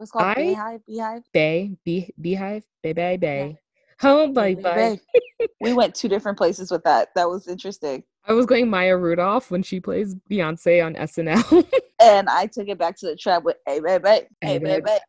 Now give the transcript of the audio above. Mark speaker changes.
Speaker 1: It's called
Speaker 2: I-
Speaker 1: Beehive. Beehive.
Speaker 2: Bay, bee, beehive, bay, bay, bay. Oh
Speaker 1: Yeah.
Speaker 2: Home by
Speaker 1: Bay,
Speaker 2: bay.
Speaker 1: Bay. we went two different places with that. That was interesting.
Speaker 2: I was going Maya Rudolph when she plays Beyonce on SNL.
Speaker 1: And I took it back to the trap with hey babe, hey,
Speaker 2: Hey,
Speaker 1: hey babe,
Speaker 2: babe.